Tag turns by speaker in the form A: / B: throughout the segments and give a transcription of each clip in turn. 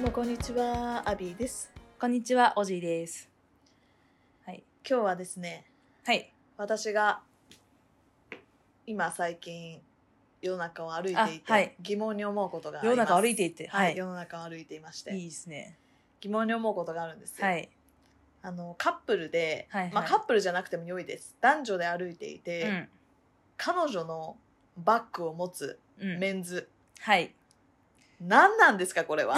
A: もこんにちは、アビーです。
B: こんにちは、おじいです。
A: 今日はですね、
B: はい。
A: 私が今最近世の中を歩いてい
B: あはい
A: て疑問に思うことがあり
B: 世
A: ま
B: の
A: す。
B: 中歩いていって、
A: は、
B: はいい。
A: 世の中を歩いていまして
B: いいですね。
A: 疑問に思うことがあるんですよ。
B: はい。
A: あのカップルで、
B: はいはい
A: まあカップルじゃなくても良いです。男女で歩いていうて、
B: ん。
A: 彼女のバッグを持つ
B: うん。
A: メンズ、
B: はい。
A: 何なんですかこ れは。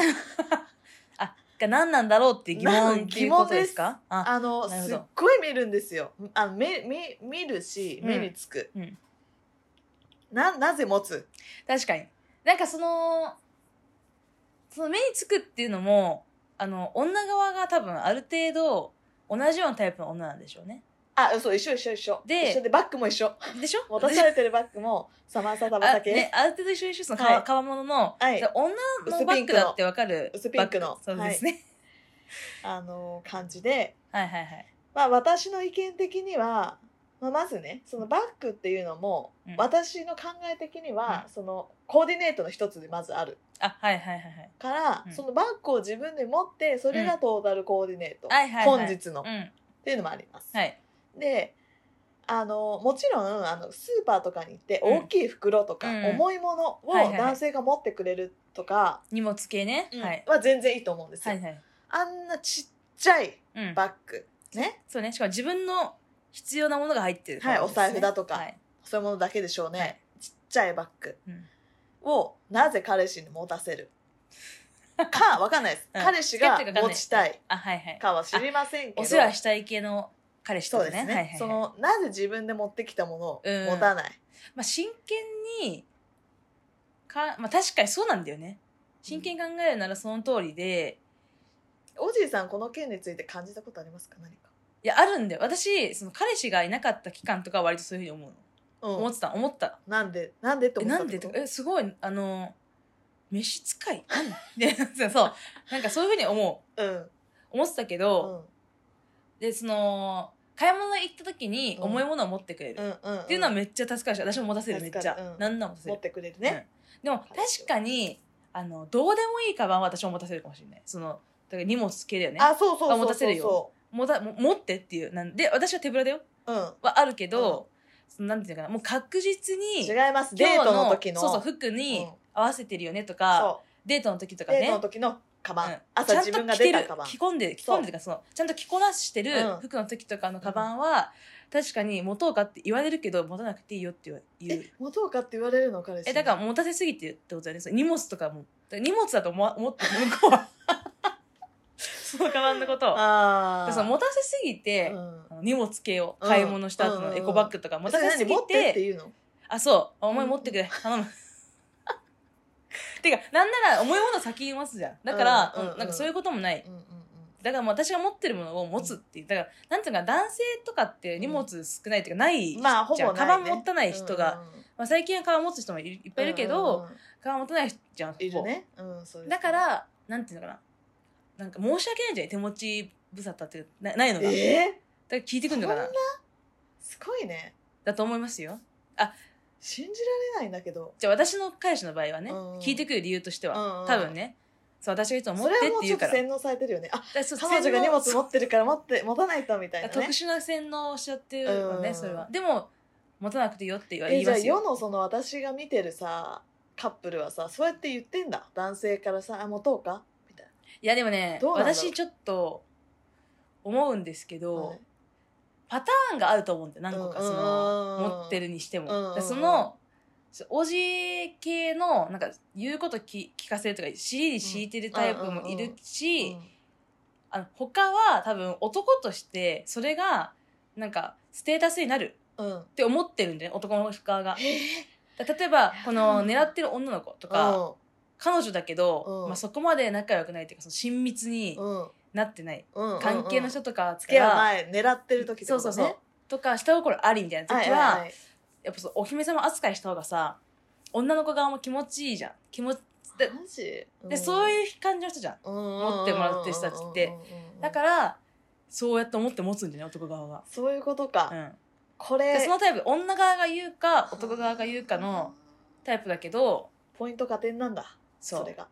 B: あ、が何なんだろうって疑
A: なん
B: 問、疑問ですかあ、
A: あの
B: なるほ
A: す
B: ど
A: っごい見るんですよ。あの目目見るし
B: うん
A: 目につく。
B: うん
A: ななぜ持つ？
B: 確かに。なんかその、その目につくっていうのも、あの、女側が多分ある程度、同じようなタイプの女なんでしょうね。
A: あそう一緒一緒一緒。
B: で
A: 一緒でバッグも 一緒。
B: で しょ
A: 持たされてるバッグもサマーサタバ
B: あ
A: タケ、
B: ね、ある程度一緒一緒、その
A: は
B: 革、
A: い
B: 革物の、
A: はい
B: で女のバッグだってわかる。
A: 薄ピンクの
B: バッグそうですね。
A: あの感じで、
B: はい、はい、はい。
A: まあ私の意見的には、まあ、まずねそのバッグっていうのも、
B: うん
A: 私の考え的には、そのコーディネートの一つでまずある
B: あ、はい、はい、はい、はい。
A: から、
B: うん
A: そのバッグを自分で持ってそれがトータルコーディネート、
B: はいはいはい
A: 本日の、っ
B: うん。
A: ていうのもあります。
B: はい。
A: であのもちろんあのスーパーとかに行って
B: うん
A: 大きい袋とか、
B: うん
A: 重いものを
B: はいはいはい
A: 男性が持ってくれるとか
B: 荷物系ね。
A: うん
B: はい。
A: は全然いいと思うんですよ。
B: はいはい。
A: あんなちっちゃい
B: うん。
A: バッグ、ね、
B: そうね。しかも自分の必要なものが入ってるから
A: はい
B: ですね、
A: お財布だとか
B: はい。
A: そういうものだけでしょうね、
B: はい
A: ちっちゃいバッグ
B: うん
A: をなぜ彼氏に持た せるかわかんないです、
B: うん
A: 彼氏が
B: 付き合ってるかわ
A: 持
B: かんない
A: ちたい
B: あ、はいはい。
A: かは知りませんけど
B: お世話したい系の彼氏と
A: そ
B: か
A: うで
B: ね。
A: すね、
B: はいはいはい、
A: そのなぜ自分で持ってきたものを
B: うん
A: 持たない、
B: まあ、真剣に、か、まあ確かにそうなんだよね。真剣に考えるならその通りで、
A: おじいさんこの件について感じたことありますか何か、
B: いや、あるんだよ。私、その彼氏がいなかった期間とかは割とそういうふうに思うの。
A: う
B: 思
A: ん
B: ってた、思った。
A: なんでなんでって
B: え
A: 思っ
B: な
A: た
B: ん
A: って
B: で
A: こと
B: とか、え、すごい、あの、飯使い何で、そう、なんかそういうふうに思
A: うん
B: う。思ってたけど、でその買い物行った時に
A: うん
B: 重いものを持ってくれる、
A: うん
B: っ
A: うんうん
B: ていうのはめっちゃ助かるし私も持たせるめ
A: 助
B: っ
A: かる
B: ちゃ、
A: うん
B: なん、何なら持たせ
A: 持っ
B: る、
A: てくれるね、
B: うんでも確かにあのどうでもいいカバンは私も持たせるかもしれないそのだから荷物系だよね
A: あそうそうそうそうそう
B: あ持たせるよ持たも持ってっていうなんで私は手ぶらだよ
A: うん
B: はあるけど、そのなんていうのかなもう確実に
A: 違いますデートの時の
B: そうそう服に合わせてるよねとか、
A: そ
B: デートの時と
A: う
B: かね
A: デートの時のカバン、
B: うん
A: 朝自
B: ちゃ
A: 分
B: ん
A: が
B: と着
A: 出
B: てる
A: たカバン
B: 着込んで着込んでるかそのちゃんと着こなしてる
A: うん
B: 服の時とかのカバンは、確かに持とうかって言われるけど持たなくていいよって言う言う
A: え持とうかって言われるの彼氏
B: えだから持たせすぎてるってことだよねその荷物とかもだから荷物だと思わ思ってる向こう はそのカバンのことをだか
A: あ
B: ら
A: あ
B: その持たせすぎて、
A: うん
B: あの荷物系を買い物した後のエコバッグとか持
A: そ
B: た
A: れ
B: せす
A: 何
B: ぎ
A: 持って
B: て
A: って言うの
B: あ、そう。重い持ってくれ。頼む。てか、なんなら重いもの先言いますじゃん。だから、
A: うんうん
B: うんなんかそういうこともない。
A: うんうんうん
B: だからもう私が持ってるものを持つっていう。だから、なんていうのか、男性とかって荷物少ないっていうか、ないじゃん。
A: まあほぼないね
B: カバン持たない人
A: う
B: が。
A: んうんうん
B: まあ最近はカバン持つ人もいるいっぱいいるけど、
A: うんうんうん
B: カバン持たない人じゃん。ほぼ
A: いるねうんそうです
B: だから、なんていうのかな。なんか申し訳ないじゃん。手持ち無沙汰っていうかなないのが。だか
A: え
B: ら聞いてくんのかな
A: そん。すごいね
B: だと思いますよ。
A: 信じられないんだけど
B: じゃあ私の彼氏の場合はね、
A: うん
B: 聞いてくる理由としては、
A: うんうん
B: 多分ねそう私がいつも持っ
A: そ
B: て
A: れは
B: って
A: もうち
B: 言
A: ょ
B: う
A: っ
B: か
A: と
B: ら
A: 洗脳されてるよねあ
B: だそう
A: 彼女が荷
B: 洗脳
A: 物持ってるから持って持たないとみたいなね
B: 特殊な洗脳をしちゃってるわね、
A: うん
B: それはでも持たなくていいよって言われ
A: え
B: 言い
A: じゃ
B: ま
A: あ
B: す
A: 世
B: よ
A: のその私が見てるさカップルはさそうやって言ってんだ男性からさあ持とうかみたい
B: いやでもね
A: どうなんだろう
B: 私ちょっと思うんですけ
A: な、
B: ど、
A: はい
B: パターンがあると思うんだよ何個か
A: うん
B: その、
A: うん
B: 持ってるにしても、
A: うんうんうん
B: だからそのそうおじ系のなんか言うことき聞かせるとか尻に敷いてるタイプもいるし、
A: うん
B: あの他は多分男としてそれがなんかステータスになる
A: うん、
B: って思ってるんだよね男の側が。
A: え
B: だ例えば
A: う
B: この
A: ん
B: 狙ってる女の子とか彼女だけど、
A: うん
B: まあ、そこまで仲良くないっていうかその親密に
A: うんうん
B: なってない
A: うん、
B: 関係の人
A: と
B: とかつ
A: 付き合う
B: は
A: 前狙ってる時って
B: そ
A: こ
B: う
A: と
B: そう
A: ね
B: そうとか下心ありみたいな時は,、
A: はいはい
B: やっぱそうお姫様扱いした方がさ女の子側も気持ちいいじゃん気持ちで
A: マジ、
B: でそ
A: う
B: ういう感じの人じゃん
A: ん
B: 持ってもらってる人たちって
A: うんうんうんうん
B: だからそうやって思って持つんじゃない男側が。
A: そういうことか、
B: うん
A: こ
B: で
A: れ
B: そのタイプ女側が言うか男側が言うかのタイプだけど
A: ポイント加点なんだ
B: そ
A: そうれが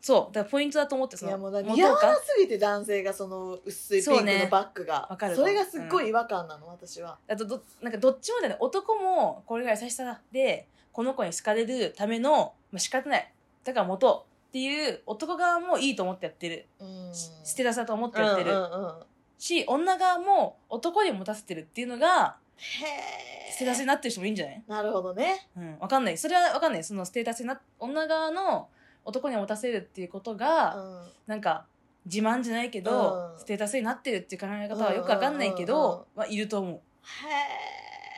B: そうだからポイントだと思ってそ
A: いや
B: の
A: もうだ
B: 持
A: 似合
B: とう
A: わ
B: か
A: なすぎて男性がその薄いピン
B: そう
A: クの
B: ね
A: バッグが
B: わかる
A: それがすっごい違和感なの、私は
B: あとどなんかどっちもだよね男もこれが優しさでこの子に好かれるための、まあ、仕方ないだから持とうっていう男側もいいと思ってやってる、
A: うん
B: しステータスだと思ってやってる、
A: うんうんうん
B: し女側も男に持たせてるっていうのが
A: へえ
B: ステータスになってる人もいいんじゃない
A: なるほどね
B: うん、わかんない。それはわかんない。そのステータスにな、女側の男に持たせるっていうこと
A: う
B: が、
A: ん
B: なんか、自慢じゃないけど、
A: うん
B: ステータスになってるっていう考え方はよくわかんないけど、
A: うんうんうんうん
B: まあ、いると思う。
A: へ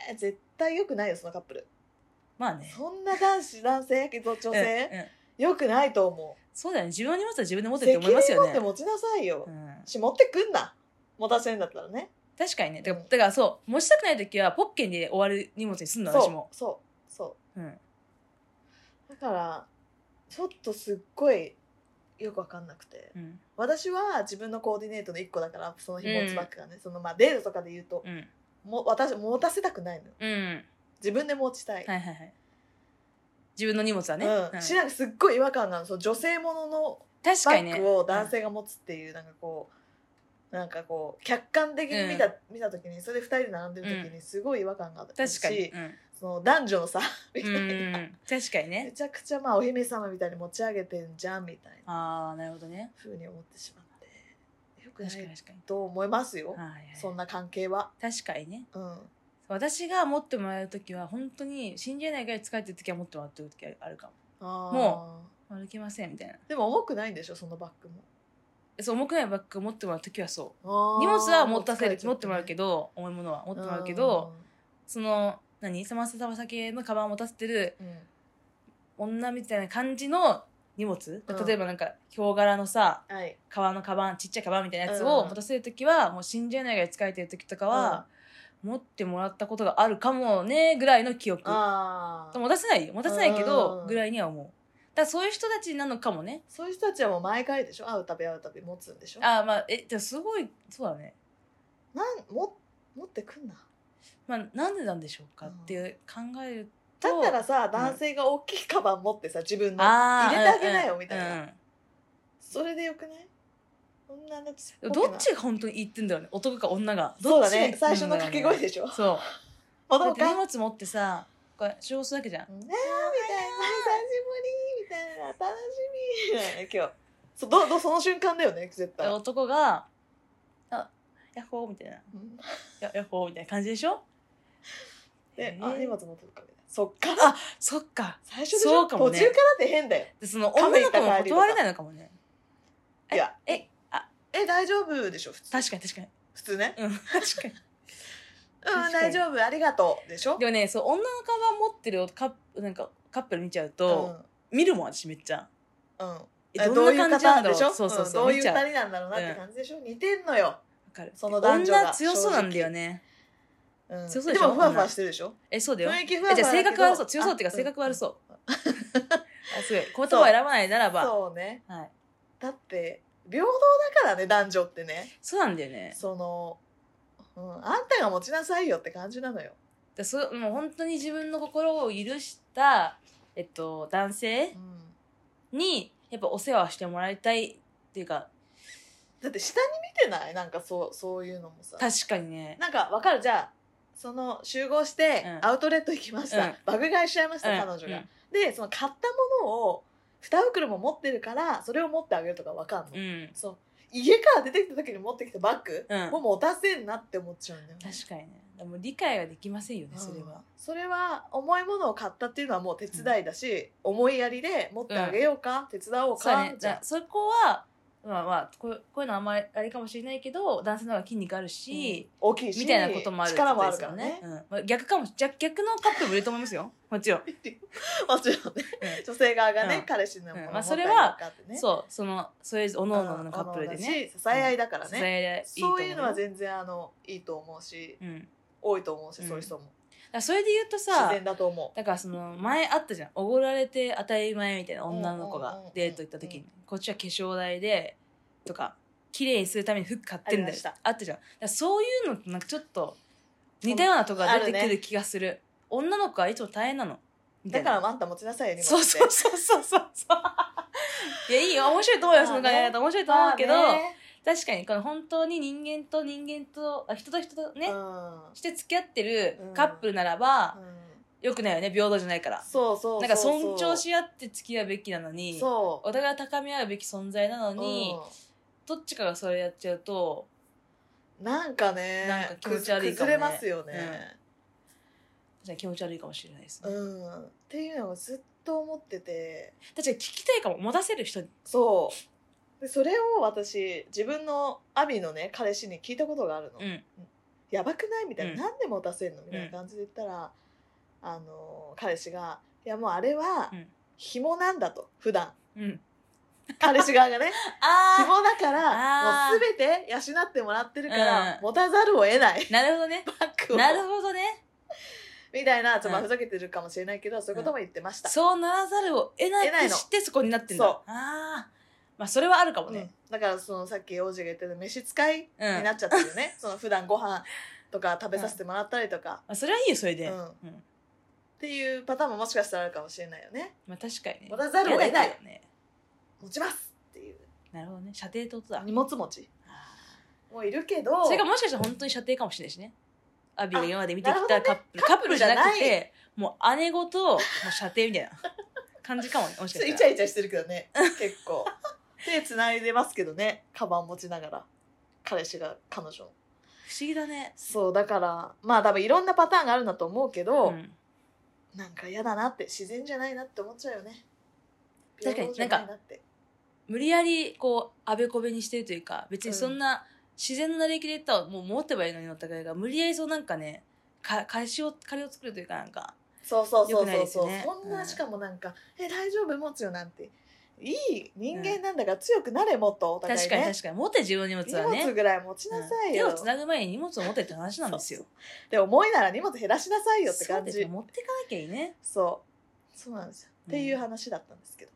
A: え絶対良くないよそのカップル
B: まあね。
A: そんな男子男性やけど女
B: う
A: 性
B: んうん
A: 良くないと思う
B: そうだよね。自分に持つは自分で持てって
A: 責
B: 思います
A: 任
B: よ
A: 持
B: ね。
A: って持ちなさいよ
B: うん、
A: し持ってくんな持たせるんだったらね
B: 確かにね。だか
A: う
B: ら
A: ん
B: だからそう、持ちたくない時はポッケで終わる荷物にすんの、私も
A: そ。うそうそう
B: うん。
A: だからちょっとすっごいよくわかんなくて
B: うん。
A: 私は自分のコーディネートの一個だからその日持つバッグがね、そのまあデートとかで言うと、
B: うん。
A: も私持たせたくないのよ
B: うん。
A: 自分で持ちたい、
B: はいはいはい。自分の荷物はね。
A: う、
B: うんん
A: しなんかすっごい違和感なのその女性ものの
B: 確
A: バ
B: かにね。
A: ッグを男性が持つっていうなんかこうなんかこう客観的に見た,、見た時にそれで2人で並んでる時にすごい違和感があった
B: 確
A: し、
B: かに。うん
A: その男女のさみた
B: う
A: いな、
B: んうん。確かに
A: め
B: ね。
A: ちゃくちゃまあお姫様みたいに持ち上げてんじゃんみたいな
B: ああ、なるほどね。
A: ふうに思ってしまってよくな
B: 確かに
A: い
B: 確かに。
A: と思いますよ、
B: はいはい
A: そんな関係は。
B: 確かにね
A: うん
B: 私が持ってもらう時は本当に信じれないぐらい疲れてる時は持ってもらってる時あるか
A: も
B: も歩きませんみたいな
A: うでも重くないんでしょそのバッグも
B: そう重くないバッグ持ってもらう時はそ
A: あ
B: う
A: ー
B: 荷物は持たせる
A: 疲れちゃ
B: 持ってもらうけど重いものは持ってもらうけどその何サマスタバ先のカバンを持たせてる
A: うん、うん
B: 女みたいな感じの荷物、
A: うん
B: 例えばなんかヒョウ柄のさ
A: はい
B: 革のカバンちっちゃいカバンみたいなやつ
A: う
B: を
A: ん
B: 持たせる時はもう信じれないぐらい疲れてる時とかは、持ってもらったことがあるかもねぐらいの記憶
A: ああ
B: 持たせないよ持たせないけ
A: う
B: ど
A: ん
B: ぐらいには思うだからそういう人たちなのかもね
A: そういう人たちはもう毎回でしょ会うたび会うたび持つんでしょ
B: ああまあえでもすごいそうだね、
A: なんも持ってくんな
B: まあ、なんでなんでしょうかっていう考えると
A: だったらさ
B: ん
A: 男性が大きいカバン持ってさ自分の
B: あー
A: 入れてあげなよ
B: うん
A: みたいな
B: うん
A: それでよくないそんなだって
B: でもどっちが本当に言ってんだろうね男か女が
A: そ
B: ど
A: う
B: っ
A: だ
B: ちが言っ
A: ね
B: てんだろ
A: 最初
B: う
A: の掛け声でしょ
B: そう
A: 子
B: だ
A: 供
B: って
A: か
B: 荷物持ってさこれ少数だけじゃん
A: ねえみたいな久しぶりみたいな楽しみみたいなね今日そうどどその瞬間だよね絶対、
B: 男が「あヤッホー」みたいな
A: うん
B: 「やヤッホー」みたいな感じでしょ
A: で
B: え、ー
A: あ荷物持ってるかみたいなそっから
B: あそっか
A: 最初でし
B: そ
A: ょ、
B: うかもね
A: 途中からって変だよ
B: でその
A: 亀行
B: 女の
A: った
B: 子も
A: 帰りとか
B: 断れないのかもね
A: いや
B: えあ
A: え大丈夫でしょ普通
B: 確かに確かに
A: 普通ね
B: うん確か
A: うん
B: に確かに
A: 大丈夫ありがとうでしょ
B: でもねそう女のカバン持ってるカップなんかカップル見ちゃうと、見るもん私めっちゃ
A: うん、うん
B: え
A: どう
B: ど
A: い
B: ん
A: う
B: な感じ
A: 方
B: なんだ
A: でし
B: ろう
A: ょ
B: そうそうそ
A: んど
B: う、
A: うい
B: 見
A: う
B: ちゃ
A: 二
B: うわ
A: 人なんだろうなって感じでしょ、似てんのよ、
B: かる
A: その男女が
B: 女強そうなんだよね
A: うん、
B: 強そ
A: で
B: うでしょ
A: もふわふわしてるでしょ
B: えそうだよ
A: 雰囲気ふわふ
B: え
A: わだけ
B: じゃ
A: ど
B: あ性格悪そう強そうっていうか
A: あ
B: 性格悪 そう
A: うん
B: あすごい言葉を選ばないならばそ
A: そうね
B: う,、はい、
A: だって平等だからね男女ってね
B: そうなんだよね
A: その、うん、あんたが持ちなさいよって感じなのよ、
B: でそもう本当に自分の心を許した、えっと、男性
A: うん
B: にやっぱお世話をしてもらいたいっていうか
A: だって下に見てないなんかそうそういうのもさ
B: 確かにね
A: なんかわかるじゃあその集合して
B: うん
A: アウトレット行きました、
B: うん
A: 爆買いしちゃいました、
B: うん
A: 彼女が、
B: うん
A: でその買ったものを2袋も持ってるからそれを持ってあげるとかわかんの、
B: うん
A: そう家から出てきた時に持ってきたバッグ、
B: うん
A: もう持たせんなって思っちゃうんだよね
B: 確かにねでも理解はできませんよねそれ
A: うん
B: は、
A: それは重いものを買ったっていうのはもう手伝いだし、思いやりで持ってあげようか、手伝おう
B: そうだ
A: か、
B: ね
A: じ
B: じ
A: ゃ
B: ゃ
A: あ
B: そこはまあまあこうこういうのはあんまりあれかもしれないけど男性の方が筋肉あるし、
A: 大きいし
B: みたいなこともある
A: 力もあるからね
B: うんまあ、逆かもし逆逆のカップルもいると思いますよもちろん、
A: もちろんね
B: う
A: 女性側がね、
B: うん
A: 彼氏のもの
B: う
A: を
B: ん
A: 持
B: ま
A: って
B: あ
A: あ
B: そ
A: げ
B: れ
A: よ
B: は
A: うかってね、
B: そうそのそれぞれおのおののカップルで
A: おのおの
B: ね
A: だし支え合いだから
B: 支
A: ね、
B: え合いいいと思
A: そう
B: う
A: いうのは全然あのいいと思うし
B: うん、だか
A: 多いと思うし、
B: うん
A: そういう人も
B: らそれで言うと
A: 自
B: さ
A: 然だと思う
B: だからその前あったじゃんおごられて当たり前みたいな女の子
A: うんうんうんう
B: が
A: ん
B: デート行った時にこっちは化粧代でとか綺麗にするために服買って
A: あ
B: んだ
A: りま
B: よ
A: した
B: あったじゃんだからそういうのとなんかちょっと似たようなとこが出て
A: あ
B: く
A: るね
B: る気がする女の子はいつも大変なのみた
A: だ
B: い
A: か
B: な
A: らあんた持ちなさいよ荷物
B: そうそうそうそうそうそう いやいいよ面白いと思うよその考
A: まあ
B: え
A: ね
B: 方面白いと思うけど、確かにこの本当に人間と人間とあ人と人とね、して付き合ってるカップルならば、
A: うんうん
B: よくないよね平等じゃないから
A: そうそうそうそう
B: なんか尊重し合って付き合うべきなのに
A: そ
B: お互い高め合うべき存在な
A: う
B: のに、どっちかがそれやっちゃうと
A: うんなんかね
B: なんか気持ち悪いかも
A: 崩
B: ね
A: れますよね、
B: 確かに気持ち悪いかもしれないです
A: う
B: ね、
A: んっていうのがずっと思ってて
B: 確かに聞きたいかも持たせる人に
A: そうでそれを私自分のアミのね彼氏に聞いたことがあるの、
B: うん
A: やばくないみたいな、
B: うん
A: 何でも出せんのみたいな感じで言ったら、あの彼氏が「いやもうあれは
B: うん
A: 紐なんだと普段
B: うん
A: 彼氏側がね
B: あ
A: 紐だから
B: あー
A: もう全て養ってもらってるから、
B: うん
A: 持たざるを得ない
B: あなるほどね
A: バッグを
B: なるほどね
A: みたいなちょっとまあ
B: うん
A: ふざけてるかもしれないけど、そういうことも言ってました、
B: そうならざるを得ない
A: 得ない
B: って
A: の
B: 知ってそこになってんだ
A: そう
B: あーまあそれはあるかも
A: うん
B: ね、
A: だからそのさっき王子が言ってた飯使いに
B: うん
A: なっちゃってるよ ね、その普段ご飯とか食べさせてもらったりとか、
B: まあ、それはいいよそれ
A: う
B: で、
A: ん
B: うん
A: っていうパターンももしかしたらあるかもしれないよね
B: まあ、確かにね
A: 持たざるを得ない
B: やだけどね
A: 持ちますっていう
B: なるほどね射程ってことだ
A: 荷物持ち
B: あー
A: もういるけど
B: それがもしかしたら本当に射程かもしれないしねアビが今まで見てき
A: あな
B: た
A: る
B: カップル、カップルじゃなく
A: カップルじゃ
B: てもう姉ごともう射程みたいな感じかもねもし
A: ち
B: か
A: ょっとイ
B: し
A: チ
B: たら
A: ャイチャしてるけど ね結構手つないでますけどねカバン持ちながら彼氏が彼女の
B: 不思議だね
A: そうだからまあ多分いろんなパターンがあるんだと思うけど、
B: うん
A: なんか嫌だなって自然じゃないなって思っちゃうよね
B: 確かに
A: 平等じゃいって
B: 無理やりこうあべこべにしてるというか別にそんな、自然な歴で言ったらもう持ってばいいのにお互いが無理やりそうなんかねか彼氏を彼を作るというかなんか
A: そうそう
B: 良
A: そ
B: く
A: う
B: ない
A: そ
B: で
A: う
B: す
A: そ
B: よ
A: う、
B: ね
A: そん
B: う
A: なんしかもなんか「え大丈夫持つよ」なんていい人間なんだから強くなれもっとお互い、ね、
B: 確かに確かに持って自分の荷物はね
A: 荷物ぐらい持ち
B: う
A: なんさい
B: 手
A: よ、
B: をつなぐ前に荷物を持ってって話なんですよ。
A: で重いなら荷物減らしなさいよって
B: そう
A: 感
B: で
A: じ
B: すよ持っていかなきゃいいね。
A: そう。そうなんですよ。
B: う
A: っ
B: ん
A: ていう話だったんですけど。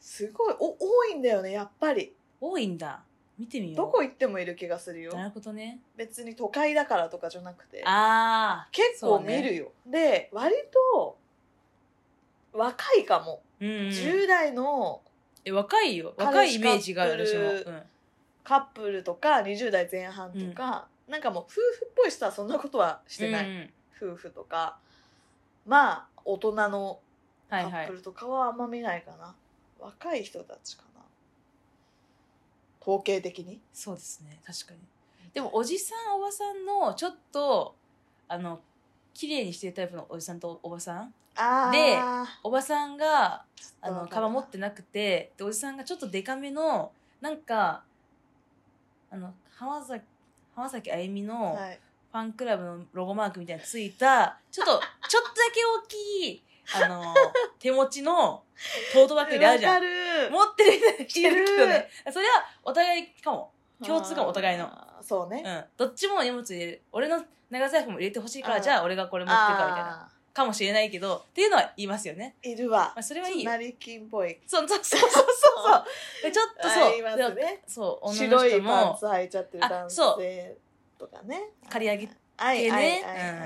A: すごい、お、多いんだよね、やっぱり。
B: 多いんだ。見てみよう。
A: どこ行ってもいる気がするよ。
B: なるほどね。
A: 別に都会だからとかじゃなくて。
B: ああ。
A: 結構見るよ。で、割と、若いかも。
B: うんうん、
A: 10代の
B: え若いよ
A: 彼氏
B: 若いイメージがあ
A: カ
B: る
A: ッ
B: 私も、
A: プル
B: うん
A: カップルとか、20代前半とか、なんかもう夫婦っぽい人はそんなことはしてない。
B: うんうん
A: 夫婦とか、まあ、大人のカ
B: はいは
A: ッ
B: い
A: プルとかはあんま見ないかな。若い人たちかな。統計的に。
B: そうですね確かにでもおじさんおばさんのちょっとあの綺麗にしてるタイプのおじさんとおばさん
A: あ
B: で
A: ー
B: おばさんがあの
A: わかる
B: カバン持ってなくてでおじさんがちょっとデカめのなんかあの浜崎浜崎あゆみの
A: はい、
B: ファンクラブのロゴマークみたいなのついたちょ っとちょっとだけ大きいあの手持ちのトートバッグであるじゃん
A: わかる
B: 持ってる人が来てるけど
A: い
B: ね。それはお互いかも。共通かもお互いの
A: あーそう
B: う
A: ね、
B: ん。どっちも荷物入れる。俺の長財布も入れてほしいから、
A: うん
B: じゃあ俺がこれ
A: あ
B: 持ってるかみたいな。かもしれないけど、っていうのは言いますよね。
A: ーいるわ
B: まあそれはいいよ。
A: 成金っぽい
B: そうそうそうそうそう。でちょっと
A: あります
B: そう。で
A: ね
B: そう、女の
A: 白
B: 人
A: いパン
B: も
A: ツ、履いちゃってる男
B: あそ
A: 性とかね
B: 刈り上げて
A: ねはい
B: ね
A: はいはいは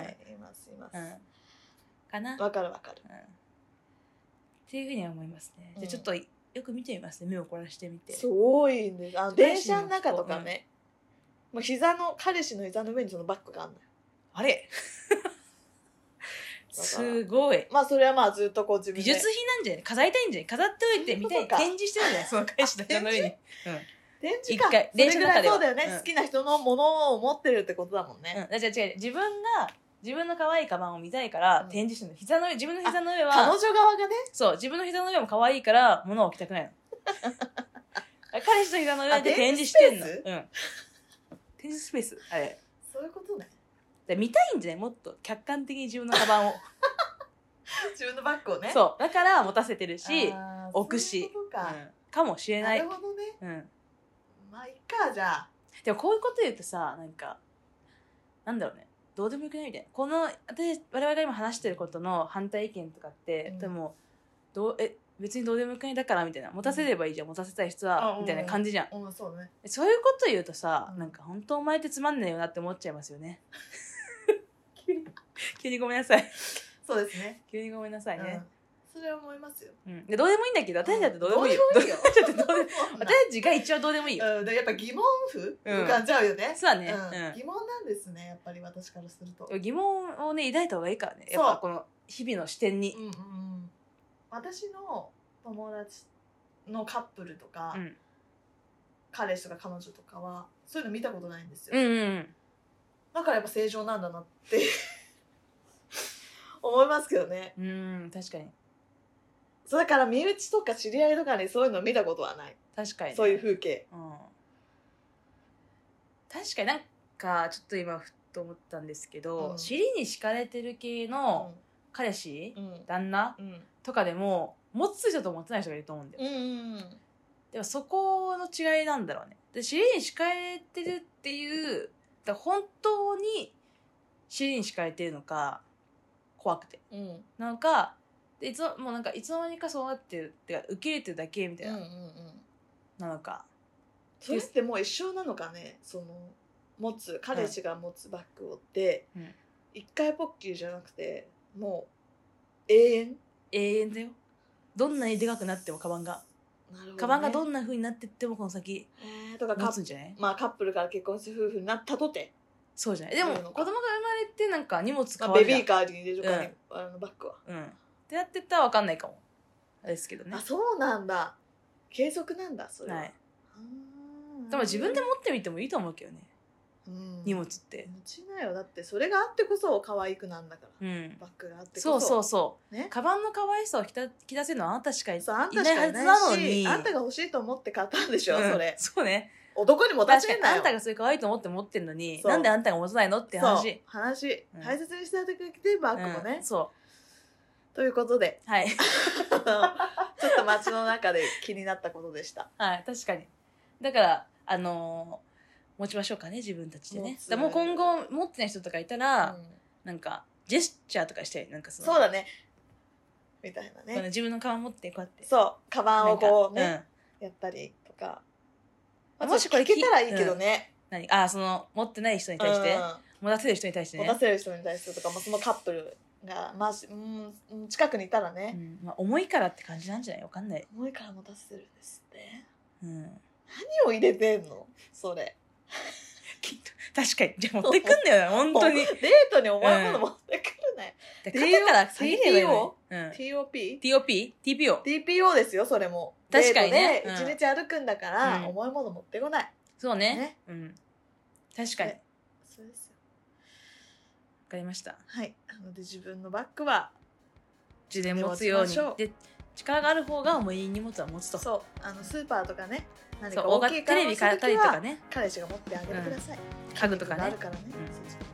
A: い、いますいま
B: う
A: す
B: ん。かな。うん。っ
A: わ、かるわかる
B: ていうふうには思いますね。じゃあちょっとよく見てみますね。目を凝らしてみて。
A: すごいんですあの電車の中とかね、もう膝の彼氏の膝の上にそのバッグがあるのよ
B: あ れすごい。
A: まあそれはまあずっとこう自分
B: 美
A: で
B: 術品なんじゃない飾りたいんじゃない飾っておいてみた
A: そ
B: い
A: ういうこと
B: 展
A: か
B: 示してるんじゃないその返しの人の 上に。
A: 電池か
B: 一回
A: それ
B: 電車
A: ぐ
B: の
A: ら
B: 中
A: い
B: では
A: そうだよね、
B: うん
A: 好きな人のものを持ってるってことだもんね、
B: うん、じゃ違う自分が自分の可愛いカバンを見たいから、
A: うん
B: 展示してるの膝の上自分の膝の上
A: 彼
B: は
A: 女側がね
B: そう自分の膝の上も可愛いから物を置きたくない の彼氏の膝の上で
A: あ
B: 展示してんの
A: 展示ス
B: うん展示スペースあれ
A: そういうことね
B: で見たいんじゃないもっと客観的に自分のカバンを
A: 自分のバッグをねう
B: そうだから持たせてるし置くし
A: そういうこと
B: か,、
A: か、
B: うん、かもしれ
A: な
B: ない
A: る、ほどね
B: うん、
A: まあいっかじゃあ
B: でもこういうこと言うとさなんかなんだろうねどうでもよくないみたいなこの私我々が今話してることの反対意見とかって、
A: うん
B: でもどうえ別にどうでもよくないだからみたいな持たせればいいじゃん持たせたい人は、
A: あ
B: みたいな感じじゃん、
A: うんそうね
B: そういうこと言うとさ、
A: うん
B: なんか本当お前ってつまんねえよなって思っちゃいますよ ね 急に急にごめんなさい
A: そうですね
B: 急にごめんなさいね、
A: うんそれは思いますよ
B: うん、でどうでもいいんだけど私だってどうでもいいよ
A: どうでもいいよ
B: 私だってどうで
A: そんな
B: 私たちが一応どうでもいいよ、
A: うん、でやっぱ疑問符、
B: うん
A: 浮かんじゃうよね
B: そうだね、
A: うん
B: うん
A: 疑問なんですねやっぱり私からすると、
B: 疑問をね抱いた方がいいからね
A: そ
B: や
A: う
B: っぱこの日々の視点に
A: うんうんうん、私の友達のカップルとか、
B: うん
A: 彼氏とか彼女とかはそういうの見たことないんですよ、
B: うんうんうん
A: だからやっぱ正常なんだなって 思いますけどね
B: うん確かに
A: そうだから身内とか知り合いとかにそういうの見たことはない、
B: 確かにね、
A: そういう風景
B: うん、確かになんかちょっと今ふっと思ったんですけど、
A: うん
B: 尻に敷かれてる系の彼氏、
A: うん
B: 旦那
A: うん
B: とかでも持つ人と持ってない人がいると思うんだ
A: う
B: よ、
A: んうんうん
B: でもそこの違いなんだろうねで尻に敷かれてるっていうだから本当に尻に敷かれてるのか怖くて
A: うん
B: なのかでいつのもうなんかいつの間にかそうなってるってか受け入れてるだけみたい
A: うんう
B: な、
A: ん
B: なのか
A: それってもう一生なのかねその持つ彼氏が持つバッグをって、
B: うん
A: 一回ポッキリじゃなくてもう永遠
B: 永遠だよどんなにでかくなってもカバンが
A: なるほどね
B: カバンがどんな風になってってもこの先
A: えーとかカ
B: 持
A: ッ
B: つ
A: プ
B: んじゃない
A: まあカップルから結婚して夫婦になったとて、
B: そうじゃないでも
A: う
B: 子
A: ん
B: 供が生まれてなんか荷物
A: ま
B: 変
A: あ、
B: わ
A: ベ
B: る
A: ビ
B: じゃん
A: ーカーに入れるかね、あのバッグは、
B: うんってやってったら分かんないかもあれですけどね
A: あそうなんだ継続なんだそれは、
B: はい
A: あー
B: でも自分で持ってみてもいいと思うけどね
A: うん
B: 荷物って
A: 持ちなよだってそれがあってこそ可愛くなんだから、
B: うん
A: バッグがあってこ
B: そうそ
A: そ
B: うそう、
A: ね
B: カバンの可愛さを引き出引き出せるのはあなたしかい
A: そうあんたし
B: いな
A: か
B: い
A: い
B: はず
A: ない
B: なの
A: し
B: に
A: あんたが欲しいと思って買ったんでしょ、
B: うん
A: それ
B: そうね
A: 男に持た
B: 確
A: せ
B: か
A: ん
B: に
A: なよ
B: あんたがそれ可愛いと思って持ってるのに
A: そう
B: なんであんたが持たないのって
A: そう
B: 話
A: 話、
B: うん
A: 大切にしてあげてバッグもね、
B: うんそ
A: ということで
B: うはい
A: ちょっと街の中で気になったことでした
B: はい、確かに。だから、あのー持ちましょうかね、自分たちでね
A: 持。つ
B: だからもう今後、持ってない人とかいたら、
A: うん
B: なんか、ジェスチャーとかしたり、なんかその、
A: そうだねみたいな
B: この
A: ね
B: 自分の顔持って、こうやって。
A: そうカバンをこうね、
B: なんか
A: やったりとか、
B: うん
A: もしこれ聞けたらいいけど。
B: うん
A: ね、
B: 何あ、その、持ってない人に対して、
A: う
B: 持たせる人に対して
A: ん持
B: ね
A: た。せる人に対してとかもそのカップルが、まあしうんうん、近くにいたら
B: う
A: ね、
B: んまあ、重いからって感じなんじゃないわかんない。
A: 重いから持たせてるんですって
B: うん。
A: 何を入れてんのそれ
B: きっと確かに。じゃあ持ってくんだよな、本当
A: デ
B: に。
A: ートにお前もの持ってくるね、
B: だから肩から下げればいいのに。うん。
A: TOP?
B: TOP? TPO?
A: TPO ですよそれも
B: 確かにね
A: デート
B: うん
A: で一日歩くんだから、
B: うん
A: 重いもの持ってこない
B: そうね。
A: ね
B: うん。確かに。わ
A: ねそうですよ
B: かりました。
A: はいなので自分のバッグは
B: 自然持つよう
A: 持
B: に
A: ちましょう
B: で力がある方が重い荷物は持つとそう
A: そうあのスーパーとかね何か
B: 大
A: 大
B: 型
A: きい
B: テ
A: 買い
B: レ
A: 物
B: ビ
A: する
B: 買
A: と
B: った
A: き
B: りとか
A: は
B: ね
A: 彼氏が持ってあげてください、
B: 家具とか
A: あ
B: ね
A: るからね、
B: うん
A: そっち